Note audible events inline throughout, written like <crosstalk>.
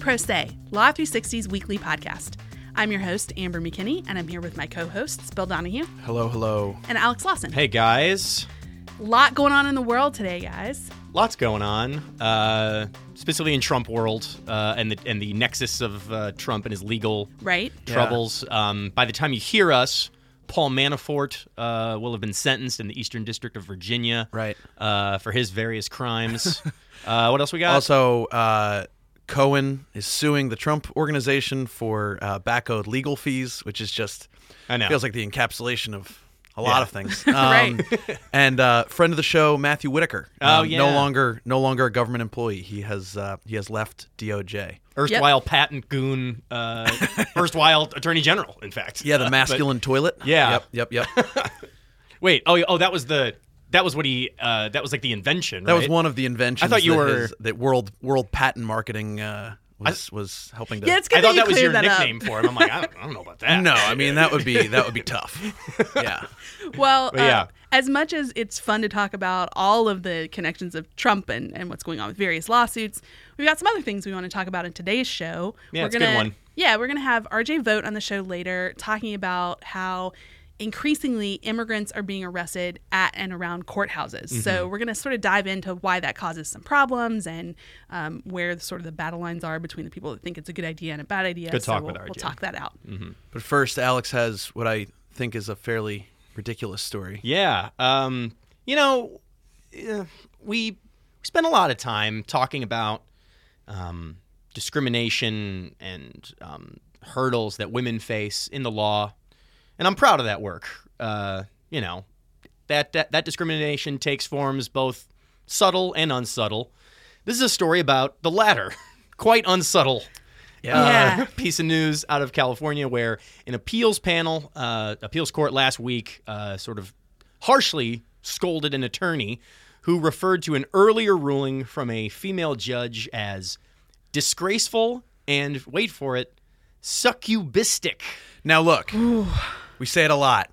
Pro Se, Law 360's weekly podcast. I'm your host, Amber McKinney, and I'm here with my co hosts, Bill Donahue Hello, hello. and Alex Lawson. Hey guys, Lot going on in the world today, guys. lots going on, uh, specifically in Trump world uh, and the and the nexus of uh, Trump and his legal Right? troubles. Um, by the time you hear us, Paul Manafort uh, will have been sentenced in the Eastern District of Virginia, Right. uh, for his various crimes. <laughs> uh, what else we got? Also, uh, Cohen is suing the Trump organization for uh, back owed legal fees, which is just I know. feels like the encapsulation of a lot Yeah. of <laughs> things. Um, Right. <laughs> And uh, friend of the show, Matthew Whitaker. Oh, um, yeah. No longer, no longer a government employee. He has, uh, he has left DOJ. erstwhile patent goon, <laughs> uh, erstwhile Attorney General. In fact, Yeah, Uh, the but- masculine toilet. Yeah. Yep. Yep. Yep. wait, oh, yeah, oh, that was the that was what he uh, that was like the invention. That was right? one of the inventions. thought you that were- his- that world world patent marketing uh, was was helping to. Yeah, it's good I thought you that was your cleared that nickname for him. I'm like, I don't, I don't know about that. No, I mean that would <laughs> be that would be tough. Yeah. up. Well, uh, But yeah. as much as it's fun to talk about all of the connections of Trump and, and what's going on with various lawsuits, we've got some other things we want to talk about in today's show. Yeah, we're it's a gonna, good one. Yeah, we're going to have RJ Vote on the show later talking about how increasingly immigrants are being arrested at and around courthouses. Mm-hmm. So we're going to sort of dive into why that causes some problems and um, where sort of the battle lines are between the people that think it's a good idea and a bad idea. Good so talk we'll, with Mm. We'll RJ. talk that out. But first, Alex has what I think is a fairly ridiculous story. Yeah. Um, you know, eh, we spend a lot of time talking about um, discrimination and um, hurdles that women face in the law, and I'm proud of that work. Uh, you know, that, that that discrimination takes forms both subtle and unsubtle. This is a story about the latter, <laughs> quite unsubtle Yeah. Yeah. uh, <laughs> piece of news out of California where an appeals panel, uh, appeals court last week, uh, sort of harshly scolded an attorney who referred to an earlier ruling from a female judge as disgraceful and, wait for it, succubistic. <laughs> Now look, we say it a lot.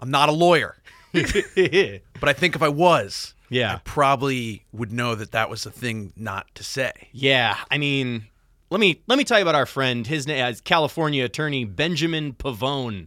I'm not a lawyer, yeah. but I think if I was, I probably would know that that was a thing not to say. Yeah. I mean, let me let me tell you about our friend. His name is California attorney Benjamin Pavone.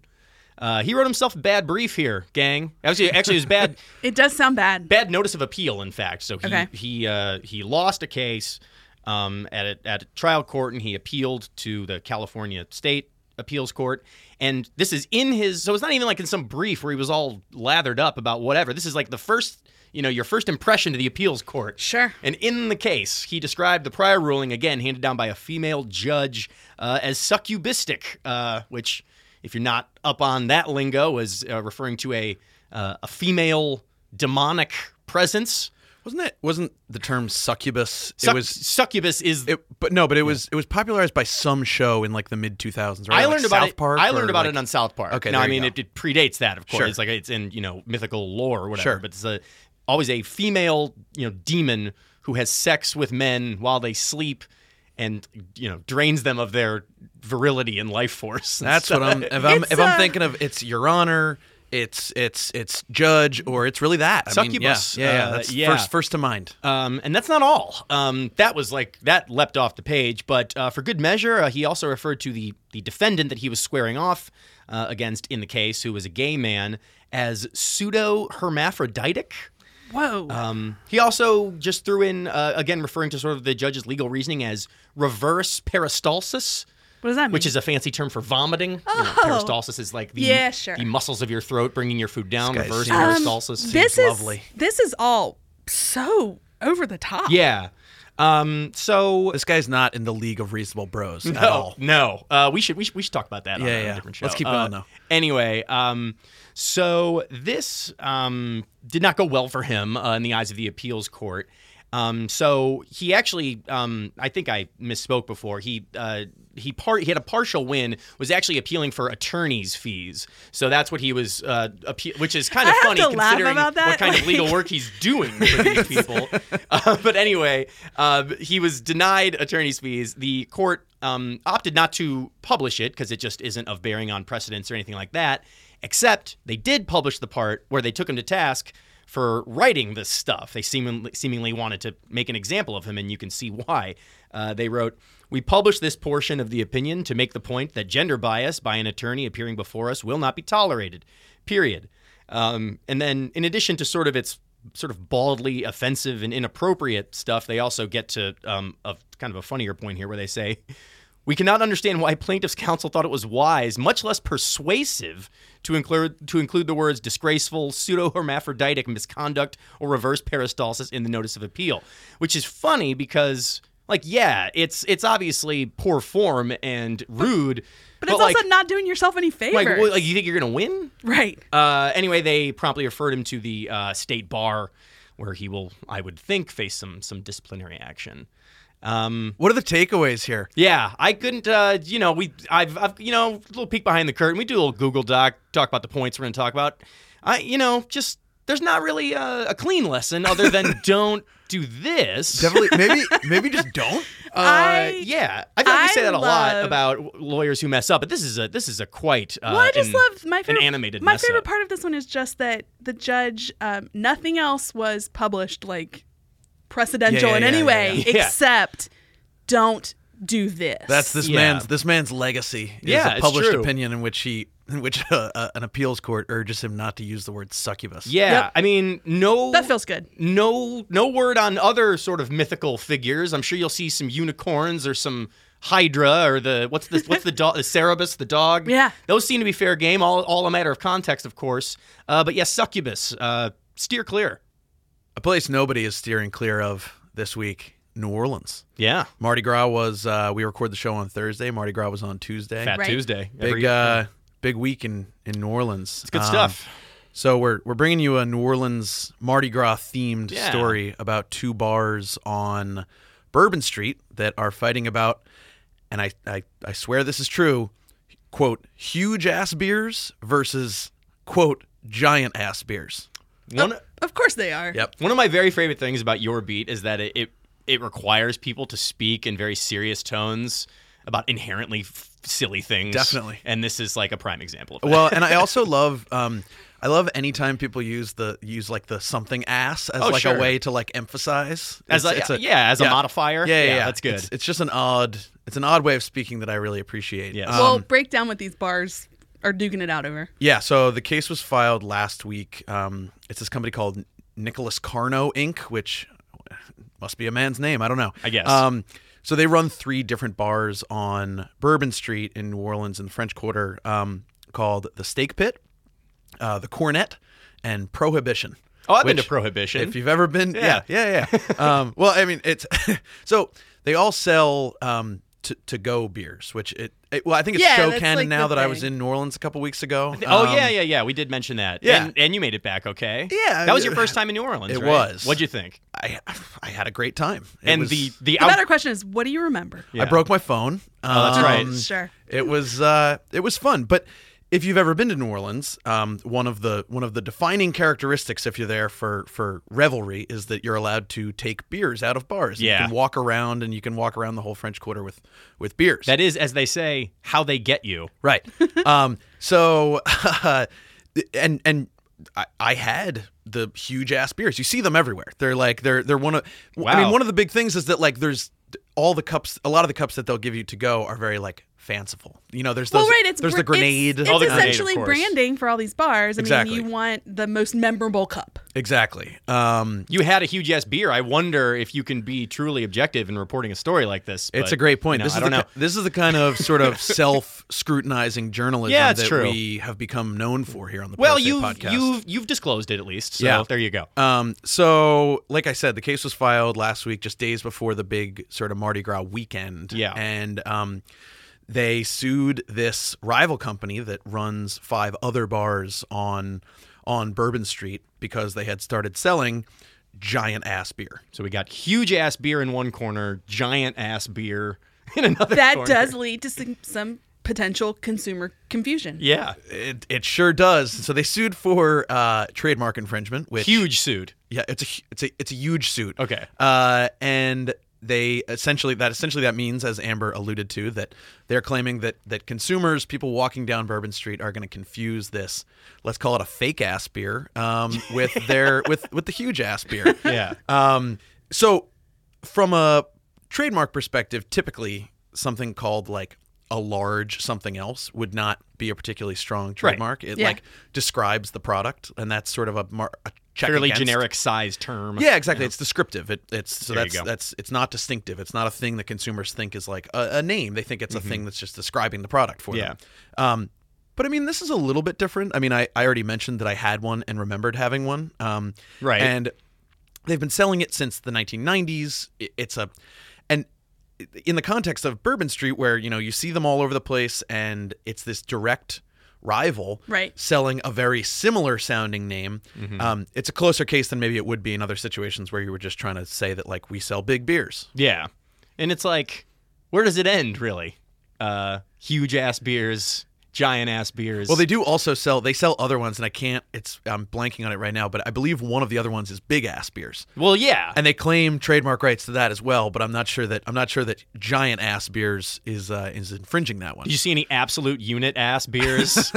Uh, he wrote himself a bad brief here, gang. Actually, actually, it was bad. <laughs> It does sound bad. bad notice of appeal, in fact. So he Okay. he uh, he lost a case um, at a, at a trial court, and he appealed to the California State Appeals Court. And this is in his so it's not even like in some brief where he was all lathered up about whatever. This is like the first you know your first impression to the appeals court. Sure. And in the case, he described the prior ruling, again handed down by a female judge, uh, as succubistic, uh, which, if you're not up on that lingo, is uh, referring to a, uh, a female demonic presence. Wasn't that wasn't the term succubus? Suc- it was succubus is. it, but no, but it was it was popularized by some show in like the mid 2000s, right? I Like learned about South it. Park I or, learned about like- it on South Park. Okay, now there I you mean go. it, it predates that, of course. Sure. It's like it's in you know mythical lore or whatever. Sure. But it's a, always a female you know demon who has sex with men while they sleep, and you know drains them of their virility and life force. and That's stuff. what I'm. If I'm, It's, if uh, I'm thinking of, it's Your Honor, it's it's it's Judge, or it's really that. I mean, yeah, Succubus, yeah, yeah, uh, that's yeah. first first to mind. Um, and that's not all. Um, that was like that leapt off the page, but uh, for good measure, uh, he also referred to the the defendant that he was squaring off uh, against in the case, who was a gay man, as pseudo hermaphroditic. Whoa. Um, he also just threw in uh, again referring to sort of the judge's legal reasoning as reverse peristalsis. what does that mean? Which is a fancy term for vomiting. You know, peristalsis is like the, Oh. Yeah, sure. the muscles of your throat bringing your food down. This guy Reverse seems- Um, peristalsis. this is lovely. this is all so over the top. yeah. Um, so This guy's not in the league of reasonable bros at all. No, uh, we should we should we should talk about that. on Yeah, a yeah. different show. Let's keep Uh, going, though. Anyway, um, so this um, did not go well for him uh, in the eyes of the appeals court. Um, so he actually, um, I think I misspoke before. He uh, he part he had a partial win. Was actually appealing for attorney's fees. So that's what he was, uh, appe- which is kind I of have funny to laugh considering about that, what kind like- of legal work he's doing for these <laughs> people. Uh, but anyway, uh, he was denied attorney's fees. The court um, opted not to publish it because it just isn't of bearing on precedents or anything like that. Except they did publish the part where they took him to task for writing this stuff. They seemingly, seemingly wanted to make an example of him, and you can see why. Uh, they wrote, We publish this portion of the opinion to make the point that gender bias by an attorney appearing before us will not be tolerated, period. Um, and then, in addition to sort of its sort of baldly offensive and inappropriate stuff, they also get to um, a kind of a funnier point here where they say, we cannot understand why plaintiff's counsel thought it was wise, much less persuasive, to include to include the words disgraceful, pseudo hermaphroditic misconduct, or reverse peristalsis in the notice of appeal. Which is funny because, like, yeah, it's it's obviously poor form and rude, But it's like, also not doing yourself any favors. like, well, like, you think you're gonna win? right. Uh, anyway, they promptly referred him to the uh, state bar, where he will, I would think, face some some disciplinary action. Um, What are the takeaways here? yeah, I couldn't. Uh, you know, we, I've, I've, you know, a little peek behind the curtain. We do a little Google Doc, talk about the points we're going to talk about. I, you know, just there's not really uh, a clean lesson <laughs> other than don't do this. Definitely, maybe, maybe just don't. <laughs> Uh, I- yeah, I feel like we say I that a lot love- about w- lawyers who mess up, but this is a this is a quite. Uh, Well, I just an- love my favorite. animated my mess favorite up. part of this one is just that the judge. Um, nothing else was published like precedential Yeah, yeah, in yeah, any yeah, way yeah. Yeah. except don't do this. That's this Yeah. man's this man's legacy. Is Yeah, a it's published true. opinion in which he, in which <laughs> uh, uh, an appeals court urges him not to use the word succubus. Yeah, Yep. I mean, no. that feels good. no no word on other sort of mythical figures. I'm sure you'll see some unicorns or some hydra or the what's the what's the dog the Cerberus the dog. Yeah. those seem to be fair game. All all a matter of context, of course. Uh, but yes, succubus. Uh, steer clear. A place nobody is steering clear of this week: New Orleans. Yeah, Mardi Gras was. Uh, we record the show on Thursday. Mardi Gras was on Tuesday. Fat Right. Tuesday. Big, Every- uh, um, big week in in New Orleans. It's good stuff. So we're we're bringing you a New Orleans Mardi Gras themed Yeah. story about two bars on Bourbon Street that are fighting about, and I I, I swear this is true. Quote huge ass beers versus quote giant ass beers. One Of course they are. Yep. one of my very favorite things about your beat is that it it, it requires people to speak in very serious tones about inherently f- silly things. Definitely. And this is like a prime example of that. Well, <laughs> and I also love um, I love anytime people use the use like the something ass as Oh, like sure. a way to like emphasize as It's- a, it's yeah, as a yeah. modifier. Yeah, yeah, yeah. that's good. It's, it's just an odd, it's an odd way of speaking that I really appreciate. Yes. Well, Um, break down what these bars are duking it out over. yeah. So the case was filed last week. Um, it's this company called Nicholas Carno Inc., which must be a man's name. I don't know. I guess. Um, so they run three different bars on Bourbon Street in New Orleans in the French Quarter, um, called the Steak Pit, uh, the Cornet, and Prohibition. Oh, I've been which- to Prohibition. If you've ever been, yeah, yeah, yeah. <laughs> um, well, I mean, it's <laughs> so they all sell um, to to go beers, which it, it- well, I think it's Yeah, show that's canon like now the that I was thing. in New Orleans a couple weeks ago. oh Um, yeah, yeah, yeah. We did mention that. yeah. and, and you made it back okay. Yeah, that was yeah. your first time in New Orleans. It right? was. What'd you think? I I had a great time. It and was- the the, The out- better question is, what do you remember? Um, Yeah. I broke my phone. Oh, that's right. Sure. It was uh, it was fun, but if you've ever been to New Orleans, um, one of the one of the defining characteristics, if you're there for for revelry, is that you're allowed to take beers out of bars. Yeah. you can walk around and you can walk around the whole French Quarter with with beers. that is, as they say, how they get you. Right. <laughs> um, so, <laughs> and and I, I had the huge ass beers. You see them everywhere. They're like they're they're one of. I Wow. mean, one of the big things is that like there's all the cups. A lot of the cups that they'll give you to go are very like fanciful. You know, there's those, well, right. It's there's br- the grenade. It's, Oh, it's the grenade, of essentially course. branding for all these bars. I Exactly. mean, you want the most memorable <laughs> cup. exactly. Um, You had a huge ass beer. I wonder if you can be truly objective in reporting a story like this. It's but, a great point. you know, this I is don't the, know. ki- This is the kind <laughs> of sort of self-scrutinizing journalism Yeah, it's that true. we have become known for here on the Well, Press A you podcast. you've you've disclosed it at least. So Yeah. there you go. Um, so, like I said, the case was filed last week, just days before the big sort of Mardi Gras weekend. Yeah. And um, they sued this rival company that runs five other bars on on Bourbon Street because they had started selling giant ass beer. So we got huge ass beer in one corner, giant ass beer in another. That corner. does lead to some, some potential consumer confusion. Yeah, It, it sure does. So they sued for uh, trademark infringement, which huge suit. Yeah, it's a hu- it's a it's a huge suit. Okay. Uh, and they essentially that essentially that means, as Amber alluded to, that they're claiming that that consumers, people walking down Bourbon Street, are going to confuse this, let's call it a fake ass beer, <laughs> um, with their with with the huge ass beer. Yeah. Um, so, from a trademark perspective, typically something called like a large something else would not be a particularly strong trademark. It Yeah. like describes the product, and that's sort of a, mar- a check Fairly against. generic size term. Yeah, exactly. It's descriptive. It, it's so There you that's go. that's it's not distinctive. It's not a thing that consumers think is like a, a name. They think it's Mm-hmm. a thing that's just describing the product for them. Um, but I mean, this is a little bit different. I mean, I, I already mentioned that I had one and remembered having one. Um, Right. And they've been selling it since the 1990s. I- It's a and in the context of Bourbon Street, where you know you see them all over the place, and it's this direct rival Right. selling a very similar sounding name. Um, it's a closer case than maybe it would be in other situations where you were just trying to say that like we sell big beers. Yeah. And it's like, where does it end, really? Uh, huge ass beers, giant ass beers. Well, they do also sell they sell other ones, and I can't. It's I'm blanking on it right now, but I believe one of the other ones is big ass beers, Well, yeah. and they claim trademark rights to that as well. But I'm not sure that I'm not sure that giant ass beers is uh, is infringing that one. Did you see any absolute unit <laughs> ass beers?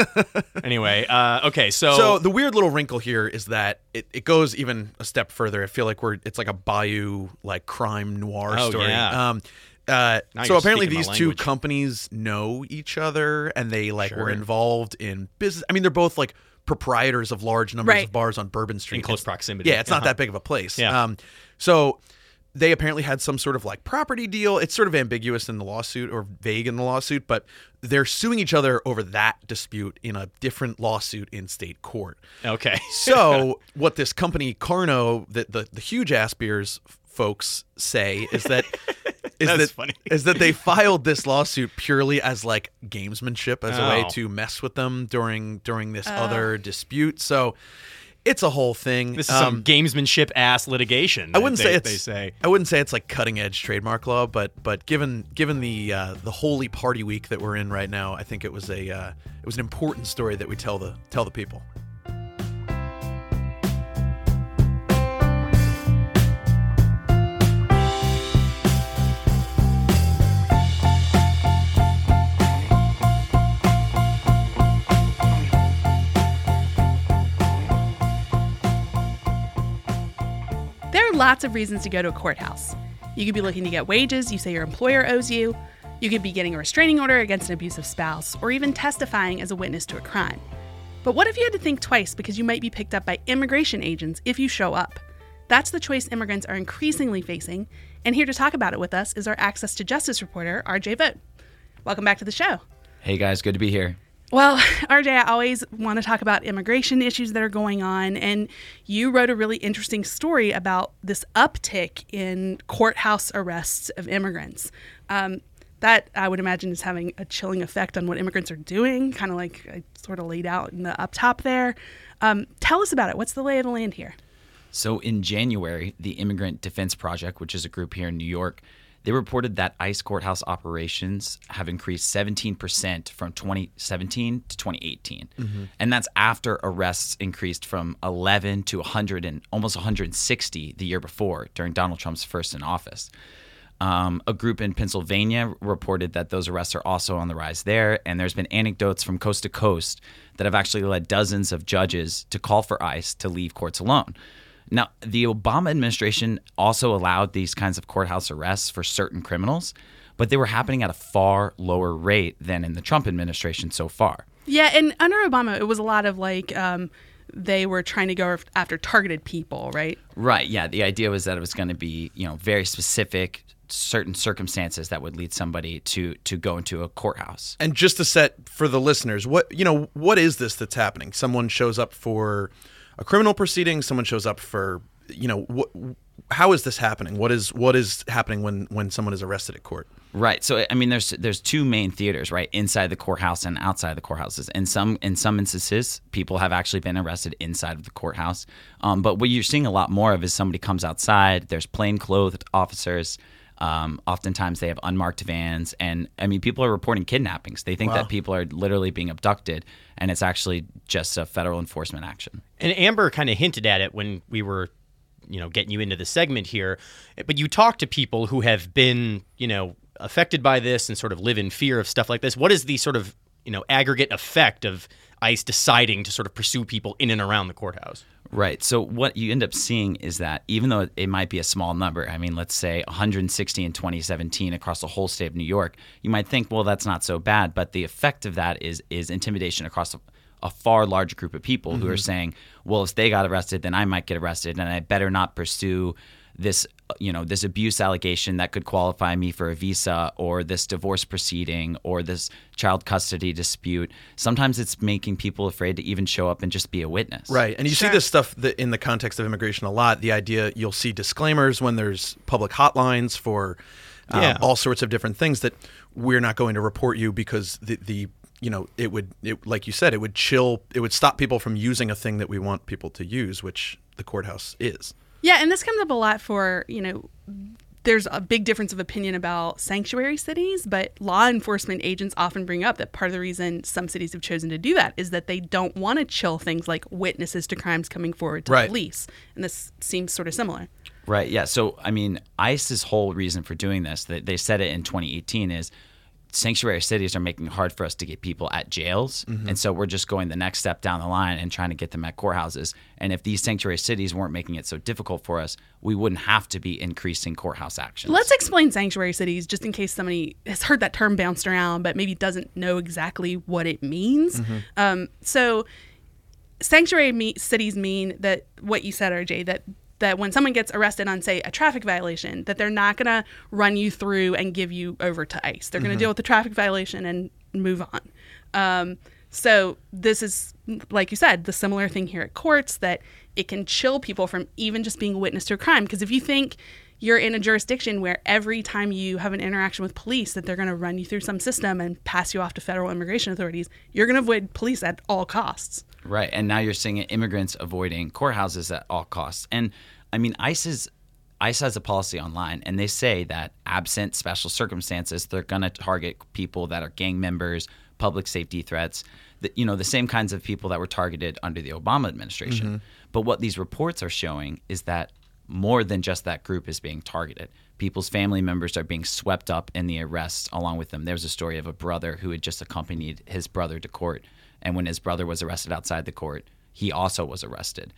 anyway, uh, okay, so, So the weird little wrinkle here is that it, it goes even a step further. I feel like we're it's like a bayou like crime noir Oh, story. yeah. Um, uh, Now so you're apparently speaking my these two language. companies know each other and they like Sure. were involved in business. I mean, they're both like proprietors of large numbers Right. of bars on Bourbon Street in close It's- proximity. Uh-huh. yeah, it's not that big of a place. Yeah. Um, so they apparently had some sort of like property deal. It's sort of ambiguous in the lawsuit or vague in the lawsuit, but they're suing each other over that dispute in a different lawsuit in state court. <laughs> Okay. <laughs> So what this company Carno, the the, the huge ass beers folks say is <laughs> that is That's that funny. is that they filed this lawsuit purely as like gamesmanship as a way Oh. to mess with them during during this other dispute. So it's a whole thing. This is Um, some gamesmanship ass litigation. I wouldn't say it's They say. I wouldn't say it's like cutting edge trademark law, but but given given the uh, the holy party week that we're in right now, I think it was a uh, it was an important story that we tell the tell the people. There are lots of reasons to go to a courthouse. You could be looking to get wages you say your employer owes you. You could be getting a restraining order against an abusive spouse, or even testifying as a witness to a crime. But what if you had to think twice because you might be picked up by immigration agents if you show up? That's the choice immigrants are increasingly facing, and here to talk about it with us is our Access to Justice reporter, RJ Vote. Welcome back to the show. Hey guys, good to be here. Well, <laughs> RJ, I always want to talk about immigration issues that are going on. And you wrote a really interesting story about this uptick in courthouse arrests of immigrants. Um, that I would imagine is having a chilling effect on what immigrants are doing, kind of like I sort of laid out in the up top there. Um, tell us about it. What's the lay of the land here? So, in January, the Immigrant Defense Project, which is a group here in New York, they reported that ICE courthouse operations have increased 17% from 2017 to 2018. And that's after arrests increased from 11 to 100 and almost 160 the year before during Donald Trump's first in office. Um, a group in Pennsylvania reported that those arrests are also on the rise there, and there's been anecdotes from coast to coast that have actually led dozens of judges to call for ICE to leave courts alone. Now, the Obama administration also allowed these kinds of courthouse arrests for certain criminals, but they were happening at a far lower rate than in the Trump administration so far. Yeah, and under Obama, it was a lot of like um, they were trying to go after targeted people, right? Right. Yeah. The idea was that it was going to be, you know, very specific, certain circumstances that would lead somebody to to go into a courthouse. And just to set for the listeners, what you know, what is this that's happening? Someone shows up for a criminal proceeding. Someone shows up for you know what? How is this happening? What is what is happening when when someone is arrested at court? Right. So I mean, there's there's two main theaters, right? Inside the courthouse and outside the courthouses. In some in some instances, people have actually been arrested inside of the courthouse. Um, but what you're seeing a lot more of is somebody comes outside. There's plainclothed officers. Um, oftentimes, they have unmarked vans, and I mean, people are reporting kidnappings. They think that people are literally being abducted, and it's actually just a federal enforcement action. And Amber kind of hinted at it when we were you know getting you into the segment here, but you talk to people who have been you know affected by this and sort of live in fear of stuff like this. What is the sort of you know aggregate effect of ICE deciding to sort of pursue people in and around the courthouse? Right. So what you end up seeing is that even though it might be a small number, I mean, let's say 160 in 2017 across the whole state of New York, you might think, well, that's not so bad. But the effect of that is is intimidation across a, a far larger group of people who are saying, well, if they got arrested, then I might get arrested, and I better not pursue this you know this abuse allegation that could qualify me for a visa or this divorce proceeding or this child custody dispute sometimes it's making people afraid to even show up and just be a witness Right. And you see this stuff that in the context of immigration a lot. The idea you'll see disclaimers when there's public hotlines for um, Yeah. all sorts of different things that we're not going to report you because the, the you know it would it, like you said it would chill it would stop people from using a thing that we want people to use which the courthouse is. Yeah, and this comes up a lot for, you know, there's a big difference of opinion about sanctuary cities, but law enforcement agents often bring up that part of the reason some cities have chosen to do that is that they don't want to chill things like witnesses to crimes coming forward to Right. police. And this seems sort of similar. Right. Yeah. So, I mean, ICE's whole reason for doing this, that they said it in 2018, is sanctuary cities are making it hard for us to get people at jails. And so we're just going the next step down the line and trying to get them at courthouses. And if these sanctuary cities weren't making it so difficult for us, we wouldn't have to be increasing courthouse actions. Let's explain sanctuary cities just in case somebody has heard that term bounced around, but maybe doesn't know exactly what it means. Um, so, sanctuary me- cities mean that what you said, RJ, that that when someone gets arrested on, say, a traffic violation, that they're not going to run you through and give you over to ICE. They're going to deal with the traffic violation and move on. Um, so this is, like you said, the similar thing here at courts that it can chill people from even just being witness to a crime. Because if you think you're in a jurisdiction where every time you have an interaction with police that they're going to run you through some system and pass you off to federal immigration authorities, you're going to avoid police at all costs. Right. And now you're seeing immigrants avoiding courthouses at all costs. And I mean, ICE is. ICE has a policy online, and they say that absent special circumstances, they're going to target people that are gang members, public safety threats, that you know the same kinds of people that were targeted under the Obama administration. But what these reports are showing is that more than just that group is being targeted. People's family members are being swept up in the arrests along with them. There's a story of a brother who had just accompanied his brother to court, and when his brother was arrested outside the court, he also was arrested.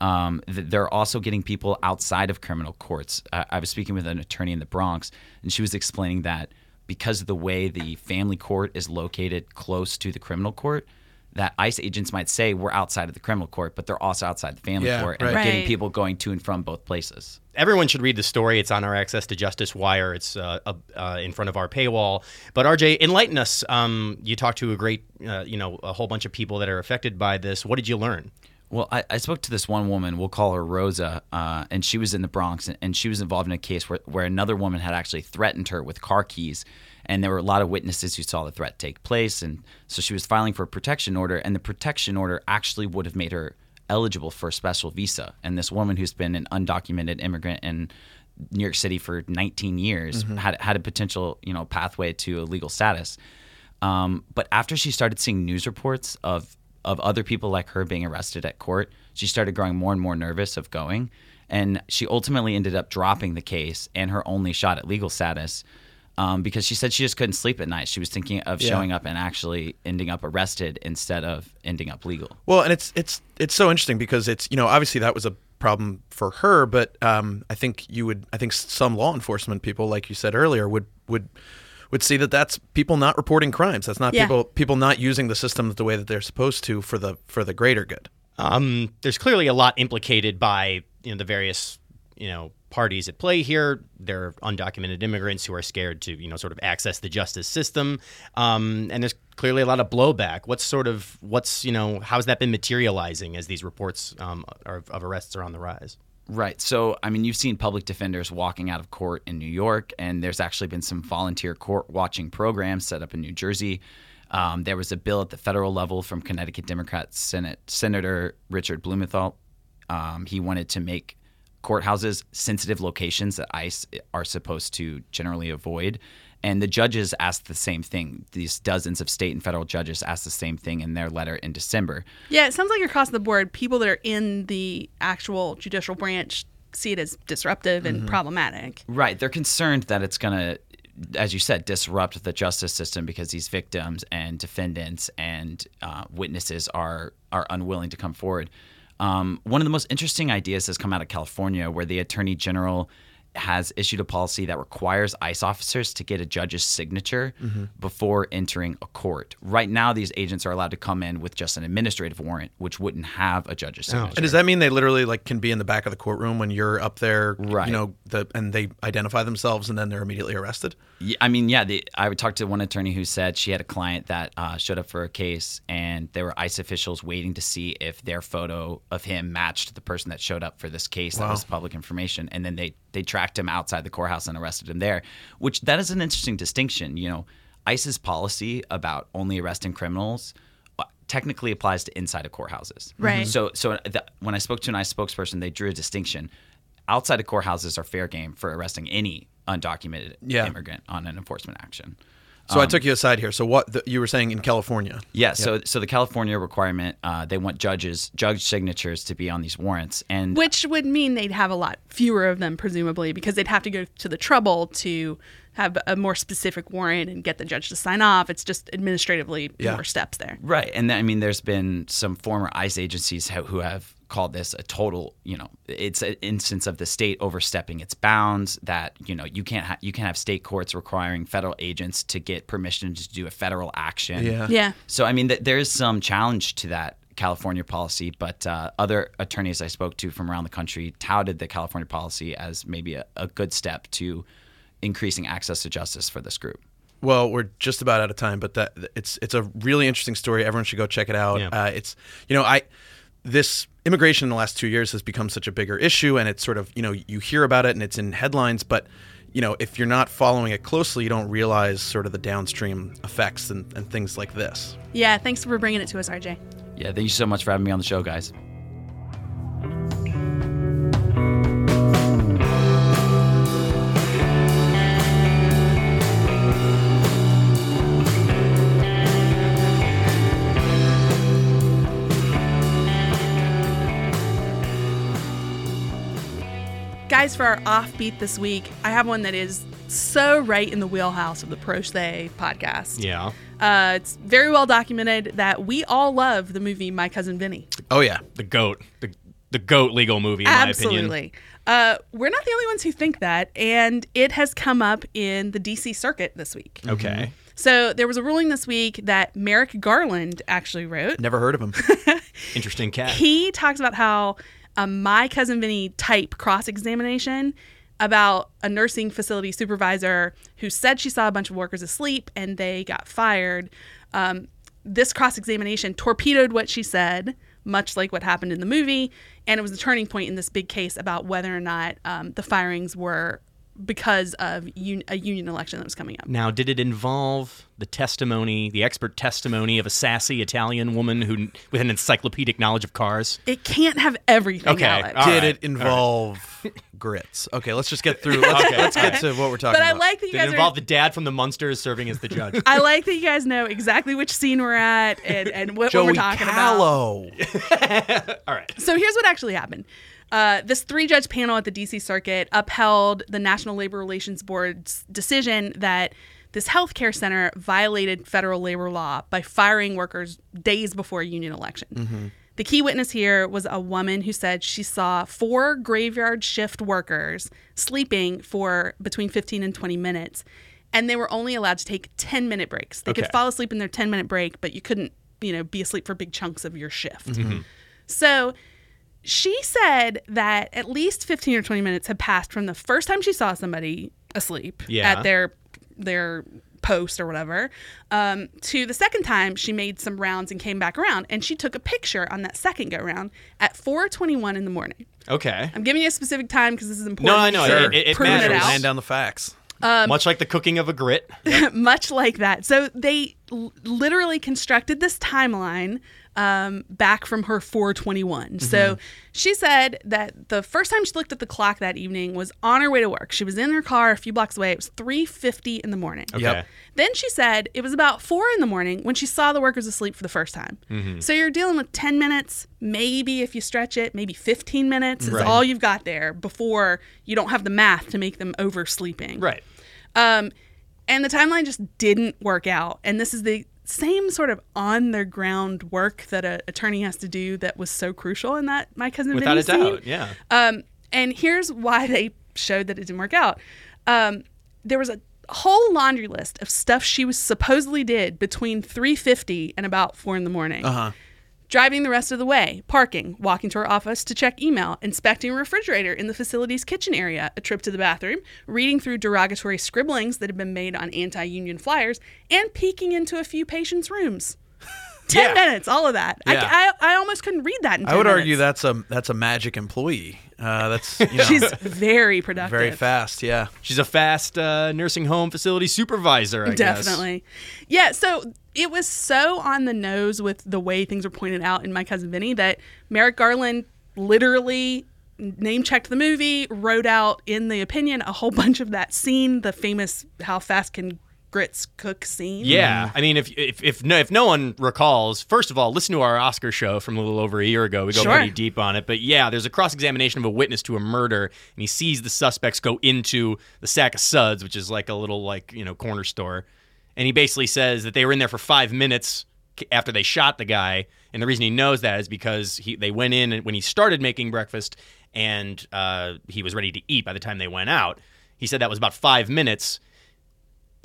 Um, th- they're also getting people outside of criminal courts. I-, I was speaking with an attorney in the Bronx, and she was explaining that because of the way the family court is located close to the criminal court, that ICE agents might say we're outside of the criminal court, but they're also outside the family Yeah, court, and right. they're getting Right. people going to and from both places. everyone should read the story. It's on our Access to Justice wire. It's uh, up, uh, in front of our paywall. But RJ, enlighten us. Um, you talked to a great, uh, you know, a whole bunch of people that are affected by this. What did you learn? Well, I, I spoke to this one woman. We'll call her Rosa, uh, and she was in the Bronx, and, and she was involved in a case where, where another woman had actually threatened her with car keys, and there were a lot of witnesses who saw the threat take place, and so she was filing for a protection order, and the protection order actually would have made her eligible for a special visa. And this woman who's been an undocumented immigrant in New York City for 19 years had had a potential, you know, pathway to a legal status. Um, but after she started seeing news reports of of other people like her being arrested at court, she started growing more and more nervous of going, and she ultimately ended up dropping the case and her only shot at legal status. Um, because she said she just couldn't sleep at night. She was thinking of showing up and actually ending up arrested instead of ending up legal. Well, and it's it's it's so interesting because it's you know obviously that was a problem for her, but um, I think you would I think some law enforcement people, like you said earlier, would would would see that that's people not reporting crimes. That's not Yeah. people people not using the system the way that they're supposed to for the for the greater good. Um, there's clearly a lot implicated by you know the various you know parties at play here. There are undocumented immigrants who are scared to you know sort of access the justice system, um, and there's clearly a lot of blowback. What's sort of what's you know how's that been materializing as these reports um, are, of arrests are on the rise? Right. So, I mean, you've seen public defenders walking out of court in New York, and there's actually been some volunteer court watching programs set up in New Jersey. Um, there was a bill at the federal level from Connecticut Democrat Senate Senator Richard Blumenthal. Um, he wanted to make courthouses sensitive locations that ICE are supposed to generally avoid. And the judges asked the same thing. These dozens of state and federal judges asked the same thing in their letter in December. Yeah, it sounds like across the board, people that are in the actual judicial branch see it as disruptive and problematic. Right. They're concerned that it's going to, as you said, disrupt the justice system because these victims and defendants and uh, witnesses are are unwilling to come forward. Um, one of the most interesting ideas has come out of California, where the attorney general has issued a policy that requires ICE officers to get a judge's signature before entering a court. Right now, these agents are allowed to come in with just an administrative warrant, which wouldn't have a judge's signature. And does that mean they literally like can be in the back of the courtroom when you're up there, Right. you know, the, and they identify themselves and then they're immediately arrested? Yeah, I mean, yeah. The, I would talk to one attorney who said she had a client that uh, showed up for a case, and there were ICE officials waiting to see if their photo of him matched the person that showed up for this case. That was public information, and then they they tracked him outside the courthouse and arrested him there. Which that is an interesting distinction. You know, ICE's policy about only arresting criminals uh, technically applies to inside of courthouses. Right. So so the, when I spoke to an ICE spokesperson, they drew a distinction. Outside of courthouses are fair game for arresting any undocumented Yeah. immigrant on an enforcement action. So I took you aside here. So what the, you were saying in California? Yeah, so so the California requirement, uh, they want judges, judge signatures to be on these warrants, and Which would mean they'd have a lot fewer of them, presumably, because they'd have to go to the trouble to have a more specific warrant and get the judge to sign off. It's just administratively Yeah. more steps there. right, and I mean, there's been some former ICE agencies who, who have called this a total, you know, it's an instance of the state overstepping its bounds. That you know, you can't ha- you can have state courts requiring federal agents to get permission to do a federal action. Yeah. So I mean, th- there is some challenge to that California policy, but uh, other attorneys I spoke to from around the country touted the California policy as maybe a, a good step to increasing access to justice for this group. Well, we're just about out of time, but that it's it's a really interesting story. Everyone should go check it out. Yeah. Uh, it's you know I this immigration in the last two years has become such a bigger issue, and it's sort of you know you hear about it and it's in headlines, but you know if you're not following it closely, you don't realize sort of the downstream effects and, and things like this. Yeah. Thanks for bringing it to us, RJ. Yeah, thank you so much for having me on the show, guys. Guys, for our offbeat this week, I have one that is so right in the wheelhouse of the Proche They podcast. Yeah. Uh, it's very well documented that we all love the movie My Cousin Vinny. Oh yeah, The goat. The the goat legal movie in my opinion. Absolutely. Uh, we're not the only ones who think that, and it has come up in the DC circuit this week. Okay. So there was a ruling this week that Merrick Garland actually wrote. never heard of <laughs> him. Interesting cat. He talks about how a my cousin Vinny type cross examination about a nursing facility supervisor who said she saw a bunch of workers asleep and they got fired. Um, this cross examination torpedoed what she said, much like what happened in the movie, and it was a turning point in this big case about whether or not um, the firings were because of un- a union election that was coming up. Now, did it involve the testimony, the expert testimony of a sassy Italian woman who with an encyclopedic knowledge of cars? It can't have everything. Okay, Alex. all Did right, it involve <laughs> grits? Okay, let's just get through. Let's, let's get to what we're talking But I about. like that you Did guys it are involve the dad from the Munsters serving as the judge? <laughs> I like that you guys know exactly which scene we're at and, and what, what Joey we're talking about. Callow. All right. So here's what actually happened. Uh, this three judge panel at the DC Circuit upheld the National Labor Relations Board's decision that this healthcare center violated federal labor law by firing workers days before a union election. The key witness here was a woman who said she saw four graveyard shift workers sleeping for between 15 and 20 minutes, and they were only allowed to take 10 minute breaks. They could Okay. fall asleep in their 10 minute break, but you couldn't, you know, be asleep for big chunks of your shift. So she said that at least 15 or 20 minutes had passed from the first time she saw somebody asleep Yeah. at their their post or whatever um, to the second time she made some rounds and came back around and she took a picture on that second go round at 4.21 in the morning Okay. i'm giving you a specific time because this is important No, I know. Sure. It, it, it Prove it matters. out. Land down the facts. Much like the cooking of a grit. much like that so they l- literally constructed this timeline um, back from her 421. So Mm-hmm. she said that the first time she looked at the clock that evening was on her way to work. She was in her car a few blocks away. It was 3:50 in the morning. Yep. Then she said it was about four in the morning when she saw the workers asleep for the first time. Mm-hmm. So you're dealing with 10 minutes, maybe if you stretch it, maybe 15 minutes is Right. all you've got there before you don't have the math to make them oversleeping. Right. Um, and the timeline just didn't work out. And this is the same sort of on the ground work that a attorney has to do that was so crucial in that my cousin Without a Vinny scene. doubt. Yeah. Um, and here's why they showed that it didn't work out. Um, there was a whole laundry list of stuff she was supposedly did between 3.50 and about 4 in the morning. Uh-huh. Driving the rest of the way, parking, walking to her office to check email, inspecting a refrigerator in the facility's kitchen area, a trip to the bathroom, reading through derogatory scribblings that had been made on anti-union flyers, and peeking into a few patients' <laughs> rooms. 10 minutes, all of that. I- Yeah. I, I, almost couldn't read that in 10 I would minutes. argue that's a that's a magic employee. <laughs> Uh, that's you know, She's very productive. very fast. Yeah. She's a fast uh, nursing home facility supervisor, I guess. Definitely. Yeah. So it was so on the nose with the way things were pointed out in My Cousin Vinny that Merrick Garland literally name checked the movie, wrote out in the opinion a whole <laughs> bunch of that scene, the famous how fast can grits cook scene. Yeah, I mean, if if if no, if no one recalls, first of all, listen to our Oscar show from a little over a year ago. We go Sure. pretty deep on it, but yeah, there's a cross examination of a witness to a murder, and he sees the suspects go into the sack of suds, which is like a little like you know corner store, and he basically says that they were in there for five minutes k- after they shot the guy, and the reason he knows that is because he they went in and when he started making breakfast, and uh, he was ready to eat by the time they went out. He said that was about five minutes.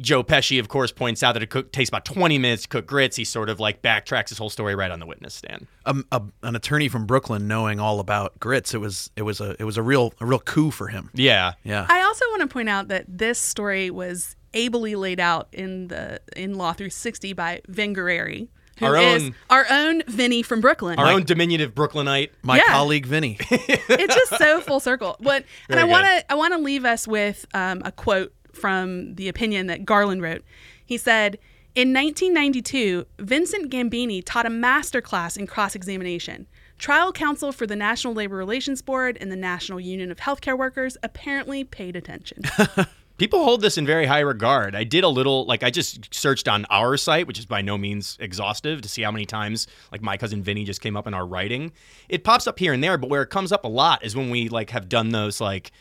Joe Pesci, of course, points out that it cook, takes about 20 minutes to cook grits. He sort of like backtracks his whole story right on the witness stand. Um, a, an attorney from Brooklyn knowing all about grits. It was it was a it was a real a real coup for him. Yeah. Yeah. I also want to point out that this story was ably laid out in the in Law Through 60 by Vin Guerreri, who Our is own- our own Vinny from Brooklyn. Our own diminutive Brooklynite. My Yeah. <laughs> colleague Vinny. it's just so full circle. But and Very I good. want to I want to leave us with um, a quote from the opinion that Garland wrote. He said. In 1992, Vincent Gambini taught a master class in cross examination. Trial counsel for the National Labor Relations Board and the National Union of Healthcare Workers apparently paid attention. <laughs> People hold this in very high regard. I did a little, like, I just searched on our site, which is by no means exhaustive, to see how many times, like, my cousin Vinny just came up in our writing. It pops up here and there, but where it comes up a lot is when we, like, have done those, like,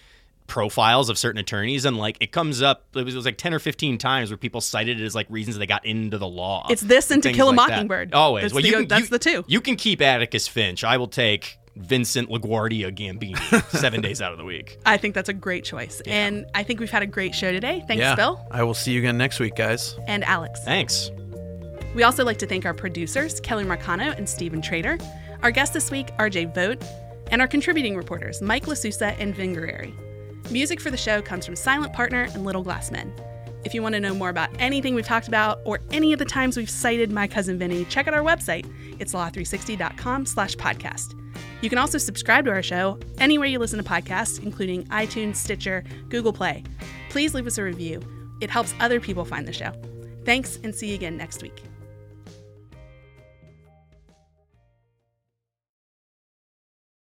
profiles of certain attorneys and like it comes up it was, it was like 10 or 15 times where people cited it as like reasons they got into the law It's this and To things Kill a like that. Mockingbird. Always. That's well, the- you can, that's you- the two. You can keep Atticus Finch. I will take Vincent LaGuardia Gambini seven days out of the week. I think that's a great choice. And I think we've had a great show today. Thanks, yeah. Bill I will see you again next week, guys. and Alex. Thanks. We also like to thank our producers, Kelly Marcano and Stephen Trader, our guests this week, RJ Vote, and our contributing reporters, Mike Lasusa and Vin Guerreri. Music for the show comes from Silent Partner and Little Glass Men. If you want to know more about anything we've talked about or any of the times we've cited My Cousin Vinny, check out our website. It's law360.com slash podcast. You can also subscribe to our show anywhere you listen to podcasts, including iTunes, Stitcher, Google Play. Please leave us a review. It helps other people find the show. Thanks and see you again next week.